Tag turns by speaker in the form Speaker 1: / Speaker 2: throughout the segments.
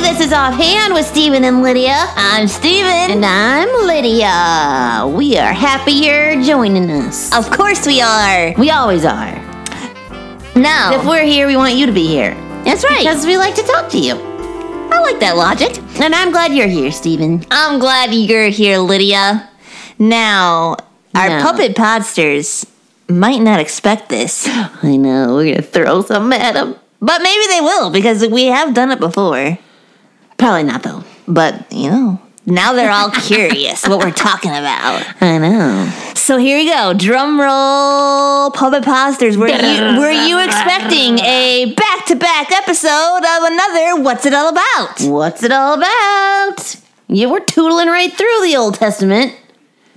Speaker 1: This is Offhand with Steven and Lydia. I'm Steven. And I'm Lydia. We are happy you're joining us.
Speaker 2: Of course we are.
Speaker 1: We always are.
Speaker 2: No.
Speaker 1: If we're here, we want you to be here.
Speaker 2: That's right.
Speaker 1: Because we like to talk to you.
Speaker 2: I like that logic.
Speaker 1: And I'm glad you're here, Steven.
Speaker 2: I'm glad you're here, Lydia. Now, our
Speaker 1: No.
Speaker 2: puppet podsters might not expect this,
Speaker 1: I know, we're going to throw some at him.
Speaker 2: but maybe they will because we have done it before.
Speaker 1: Probably not, though.
Speaker 2: But, you know, now they're all curious what we're talking about.
Speaker 1: I know.
Speaker 2: So here we go. Drum roll, puppet posters. Were you, were you expecting a back to back episode of another What's It All About?
Speaker 1: What's it all about? You were tootling right through the Old Testament.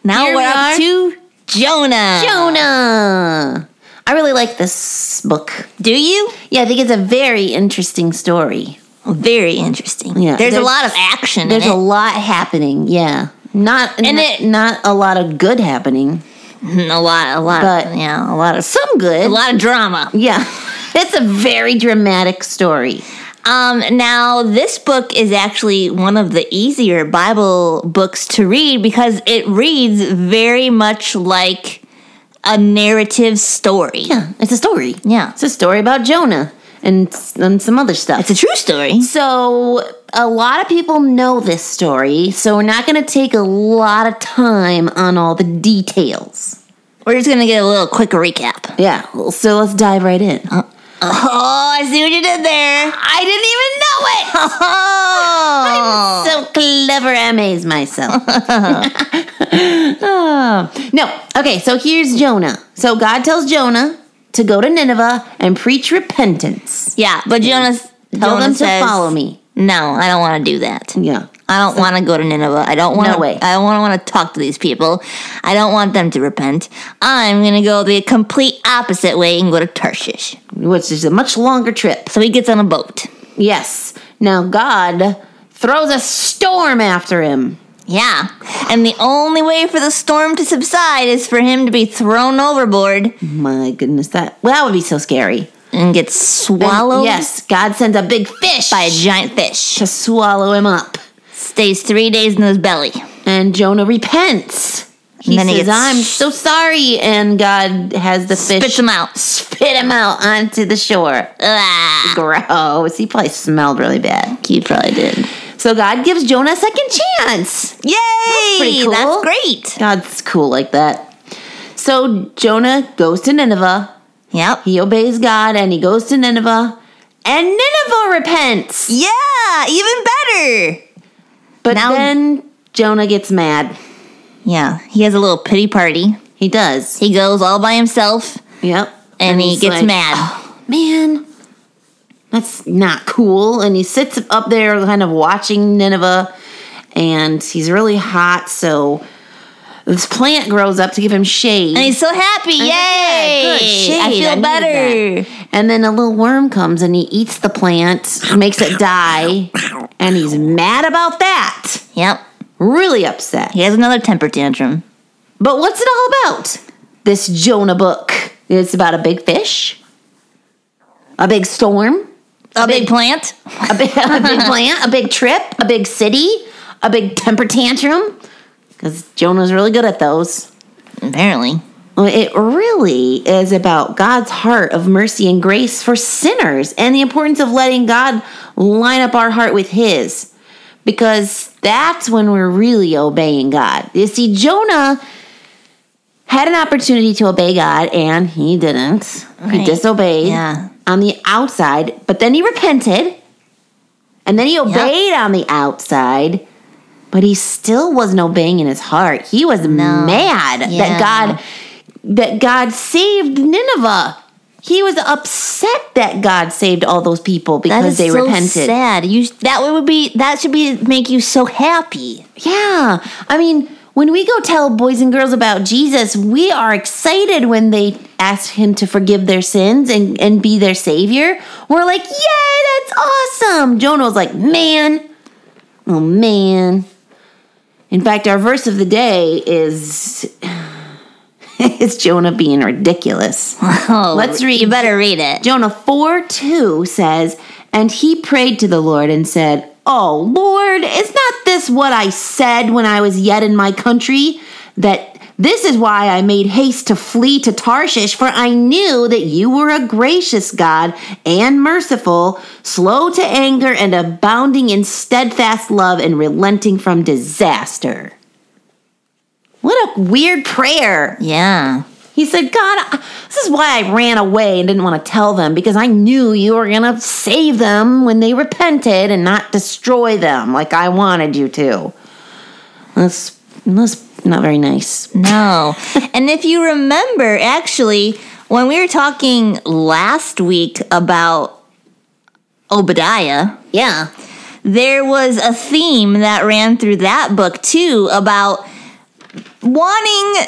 Speaker 2: Now
Speaker 1: Here
Speaker 2: we're
Speaker 1: we
Speaker 2: up
Speaker 1: are. Uh,
Speaker 2: to Jonah.
Speaker 1: Jonah! I really like this book.
Speaker 2: Do you?
Speaker 1: Yeah, I think it's a very interesting story.
Speaker 2: Very interesting.
Speaker 1: Yeah.
Speaker 2: There's, a
Speaker 1: There's-
Speaker 2: lot of action.
Speaker 1: There's
Speaker 2: in
Speaker 1: a
Speaker 2: it.
Speaker 1: lot happening, yeah. Not
Speaker 2: And
Speaker 1: and
Speaker 2: it-
Speaker 1: it, not a lot of good happening.
Speaker 2: a lot, a lot,
Speaker 1: But-
Speaker 2: yeah, a lot of
Speaker 1: Some good.
Speaker 2: a lot of drama.
Speaker 1: Yeah. It's a very dramatic story.
Speaker 2: Um, now this book is actually one of the easier Bible books to read because it reads very much like a narrative story.
Speaker 1: Yeah, it's a story.
Speaker 2: Yeah.
Speaker 1: It's a story about Jonah and s- and some other stuff.
Speaker 2: It's a true story.
Speaker 1: So, a lot of people know this story, so we're not going to take a lot of time on all the details.
Speaker 2: We're just gonna get a little quick recap.
Speaker 1: Yeah, well, so let's dive right in.
Speaker 2: Uh-huh. Oh, I see what you did there.
Speaker 1: I didn't even know it!
Speaker 2: Oh,
Speaker 1: So clever, I amaze myself. Oh. No, okay, so here's Jonah. So, God tells Jonah to go to Nineveh and preach repentance.
Speaker 2: yeah. But Jonas,
Speaker 1: Tell
Speaker 2: Jonah
Speaker 1: them to
Speaker 2: says,
Speaker 1: follow me.
Speaker 2: No, I don't want to do that.
Speaker 1: Yeah.
Speaker 2: I don't want to go to Nineveh. I don't want to.
Speaker 1: No way.
Speaker 2: I don't want to talk to these people. I don't want them to repent. I'm gonna go the complete opposite way and go to Tarshish.
Speaker 1: Which is a much longer trip.
Speaker 2: So he gets on a boat.
Speaker 1: Yes. Now God throws a storm after him.
Speaker 2: Yeah, and the only way for the storm to subside is for him to be thrown overboard
Speaker 1: My goodness, that well, that would be so scary.
Speaker 2: and get swallowed
Speaker 1: And yes, God sends a big fish
Speaker 2: by a giant fish.
Speaker 1: to swallow him up,
Speaker 2: Stays three days in his belly.
Speaker 1: and Jonah repents. He
Speaker 2: And then he
Speaker 1: says,
Speaker 2: gets-
Speaker 1: "I'm so sorry," and God has the fish
Speaker 2: Spits him out.
Speaker 1: spit him out onto the shore.
Speaker 2: Ah,
Speaker 1: Gross. He probably smelled really bad.
Speaker 2: he probably did.
Speaker 1: So God gives Jonah a second chance.
Speaker 2: Yay! That's,
Speaker 1: pretty cool.
Speaker 2: great.
Speaker 1: God's cool like that. So Jonah goes to Nineveh.
Speaker 2: Yep.
Speaker 1: He obeys God and he goes to Nineveh. And Nineveh repents.
Speaker 2: Yeah, even better.
Speaker 1: But
Speaker 2: Now-
Speaker 1: then Jonah gets mad.
Speaker 2: Yeah, he has a little pity party.
Speaker 1: He does.
Speaker 2: He goes all by himself
Speaker 1: Yep.
Speaker 2: and, he
Speaker 1: he's
Speaker 2: gets
Speaker 1: like, "Oh."
Speaker 2: mad.
Speaker 1: Man, that's not cool. And he sits up there kind of watching Nineveh and he's really hot. So this plant grows up to give him shade.
Speaker 2: and he's so happy. Yay!
Speaker 1: Yeah, good shade.
Speaker 2: I feel
Speaker 1: I needed
Speaker 2: better.
Speaker 1: And then a little worm comes and he eats the plant, makes it die, and he's mad about that.
Speaker 2: Yep.
Speaker 1: Really upset.
Speaker 2: He has another temper tantrum.
Speaker 1: But what's it all about? This Jonah book. It's about a big fish, a big storm,
Speaker 2: A big,
Speaker 1: big-
Speaker 2: plant.
Speaker 1: a big, a big plant, a big trip, a big city, a big temper tantrum. Because Jonah's really good at those.
Speaker 2: Apparently.
Speaker 1: Well, It really is about God's heart of mercy and grace for sinners and the importance of letting God line up our heart with His because that's when we're really obeying God. You see, Jonah had an opportunity to obey God and he didn't.
Speaker 2: Right.
Speaker 1: He disobeyed
Speaker 2: Yeah.
Speaker 1: on the outside, but then he repented and then he obeyed on the outside. But he still wasn't obeying in his heart. He was mad
Speaker 2: Yeah.
Speaker 1: that God that God saved Nineveh. He was upset that God saved all those people
Speaker 2: That
Speaker 1: because
Speaker 2: is
Speaker 1: they
Speaker 2: so
Speaker 1: repented.
Speaker 2: sad. You that would be that should be make you so happy.
Speaker 1: Yeah. I mean, when we go tell boys and girls about Jesus, we are excited when they ask him to forgive their sins and, and be their savior. We're like, yay, that's awesome. Jonah was like, man, oh man. In fact, our verse of the day is it's Jonah being ridiculous.
Speaker 2: Oh,
Speaker 1: Let's read.
Speaker 2: You better read it.
Speaker 1: Jonah 4 2 says, And he prayed to the Lord and said, Oh, Lord, is not this what I said when I was yet in my country? That this is why I made haste to flee to Tarshish, for I knew that you were a gracious God and merciful, slow to anger and abounding in steadfast love and relenting from disaster. What a weird prayer.
Speaker 2: Yeah.
Speaker 1: He said, God, I- this is why I ran away and didn't want to tell them because I knew you were going to save them when they repented and not destroy them like I wanted you to. That's, that's not very nice.
Speaker 2: No. and if you remember, actually, when we were talking last week about Obadiah,
Speaker 1: Yeah.
Speaker 2: there was a theme that ran through that book too about wanting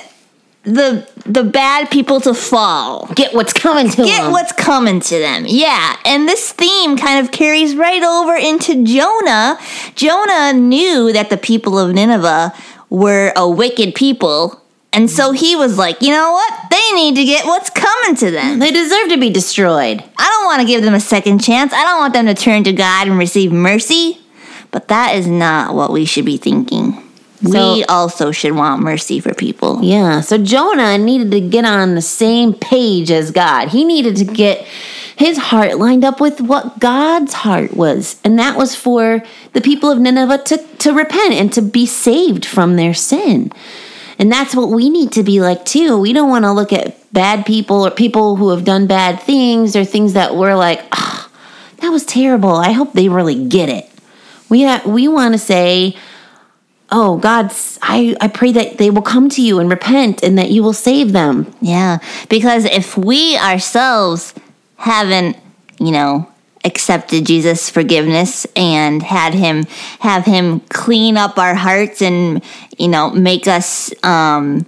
Speaker 2: the the bad people to fall.
Speaker 1: Get what's coming to
Speaker 2: Get
Speaker 1: them.
Speaker 2: what's coming to them. Yeah. And this theme kind of carries right over into Jonah. Jonah knew that the people of Nineveh were a wicked people. And so he was like, you know what? They need to get what's coming to them.
Speaker 1: they deserve to be destroyed.
Speaker 2: I don't want to give them a second chance. I don't want them to turn to God and receive mercy. But that is not what we should be thinking. we
Speaker 1: So-
Speaker 2: also should want mercy for people.
Speaker 1: Yeah. So Jonah needed to get on the same page as God. He needed to get his heart lined up with what God's heart was. And that was for the people of Nineveh to, to repent and to be saved from their sin. And that's what we need to be like too. We don't want to look at bad people or people who have done bad things or things that we're like, ah, that was terrible. I hope they really get it. We ha- we want to say, oh god I, I pray that they will come to you and repent and that you will save them
Speaker 2: Yeah, because if we ourselves haven't, you know, accepted Jesus' forgiveness and had him have him clean up our hearts and, you know, make us um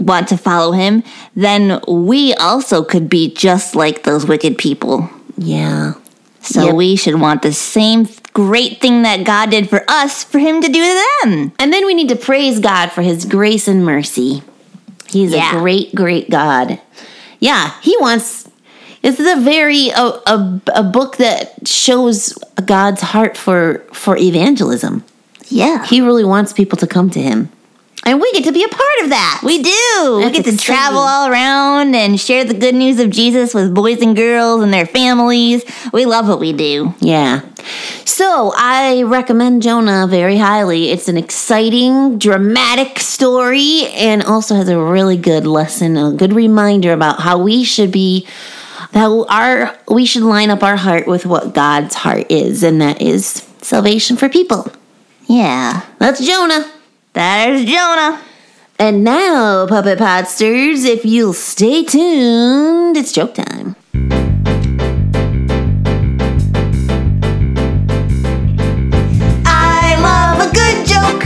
Speaker 2: want to follow him, then we also could be just like those wicked people.
Speaker 1: yeah
Speaker 2: So
Speaker 1: Yep.
Speaker 2: we should want the same great thing that God did for us for him to do to them.
Speaker 1: and then we need to praise god for his grace and mercy he's
Speaker 2: Yeah.
Speaker 1: a great great god yeah he wants this is a very a, a, a book that shows god's heart for for evangelism
Speaker 2: Yeah.
Speaker 1: he really wants people to come to him and we get to be a part of that
Speaker 2: We do. we
Speaker 1: That's
Speaker 2: get to
Speaker 1: exciting.
Speaker 2: travel all around and share the good news of Jesus with boys and girls and their families. We love what we do.
Speaker 1: Yeah. So I recommend Jonah very highly. It's an exciting, dramatic story and also has a really good lesson, a good reminder about how we should be how our we should line up our heart with what God's heart is, and that is salvation for people.
Speaker 2: Yeah.
Speaker 1: That's Jonah.
Speaker 2: There's Jonah.
Speaker 1: And now, Puppet Podsters, if you'll stay tuned, it's joke time.
Speaker 2: I love a good joke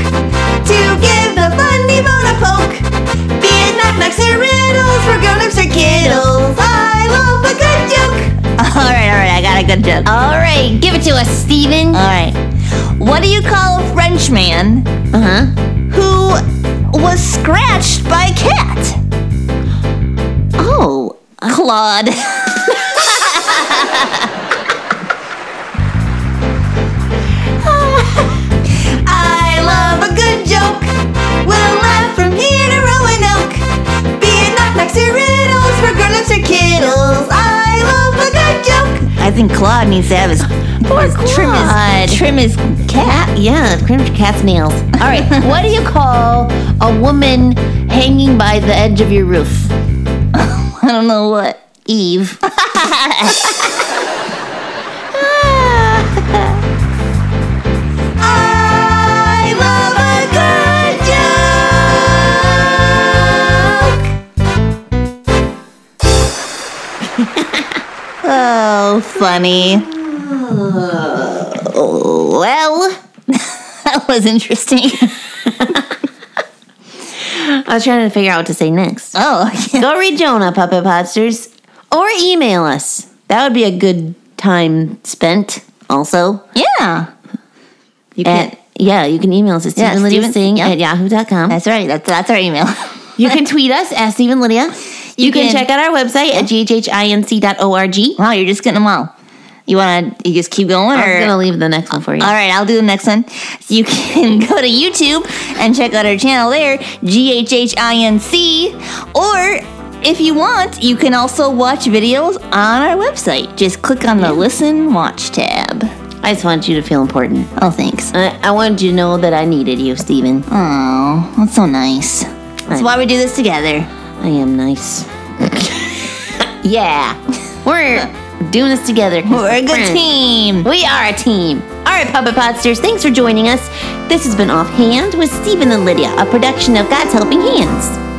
Speaker 2: to give the funny bone a poke. Be it knock-knocks or riddles for grown-ups or kiddles. I love a good joke. All right, all right, I got a good joke. All right, give it to us, Steven. All right. What do you call a Frenchman
Speaker 1: Uh-huh.
Speaker 2: who was scratched by a cat?
Speaker 1: Oh,
Speaker 2: Claude. I love a good joke. We'll laugh from here to Roanoke. Be it knock-knocks or riddles for grown-ups or kiddles. I love a good joke. I think Claude needs to have his,
Speaker 1: poor
Speaker 2: trim
Speaker 1: Claude.
Speaker 2: his trim his cat.
Speaker 1: Cat, yeah, it's pretty much cat's nails. All right, what do you call a woman hanging by the edge of your roof?
Speaker 2: I don't know what.
Speaker 1: Eve.
Speaker 2: I love a good joke. oh, funny. well, that was interesting.
Speaker 1: I was trying to figure out what to say next.
Speaker 2: Oh, yeah.
Speaker 1: Go read Jonah, Puppet Podsters, or email us. That would be a good time spent, also.
Speaker 2: yeah. You
Speaker 1: And yeah, you can email us at
Speaker 2: Yeah,
Speaker 1: StephenLydiaSing
Speaker 2: Stephen-
Speaker 1: at yahoo.com.
Speaker 2: That's right. That's that's our email.
Speaker 1: You can tweet us at Stephen Lydia. You, can,
Speaker 2: can-
Speaker 1: check out our website at ghhinc.org.
Speaker 2: Wow, you're just getting them all. You want to you just keep going?
Speaker 1: I
Speaker 2: or?
Speaker 1: was gonna leave the next one for you.
Speaker 2: All right, I'll do the next one. You can go to YouTube and check out our channel there, GHHINC, or if you want, you can also watch videos on our website. Just click on the Listen Watch tab.
Speaker 1: I just want you to feel important.
Speaker 2: Oh, thanks.
Speaker 1: I, I wanted you to know that I needed you, Steven.
Speaker 2: Oh, that's so nice. That's why we do this together.
Speaker 1: I am nice. yeah, we're doing this together. 'cause
Speaker 2: We're a good
Speaker 1: friends.
Speaker 2: team.
Speaker 1: We are a team. All right, Puppet Podsters, thanks for joining us. This has been Offhand with Stephen and Lydia, a production of God's Helping Hands.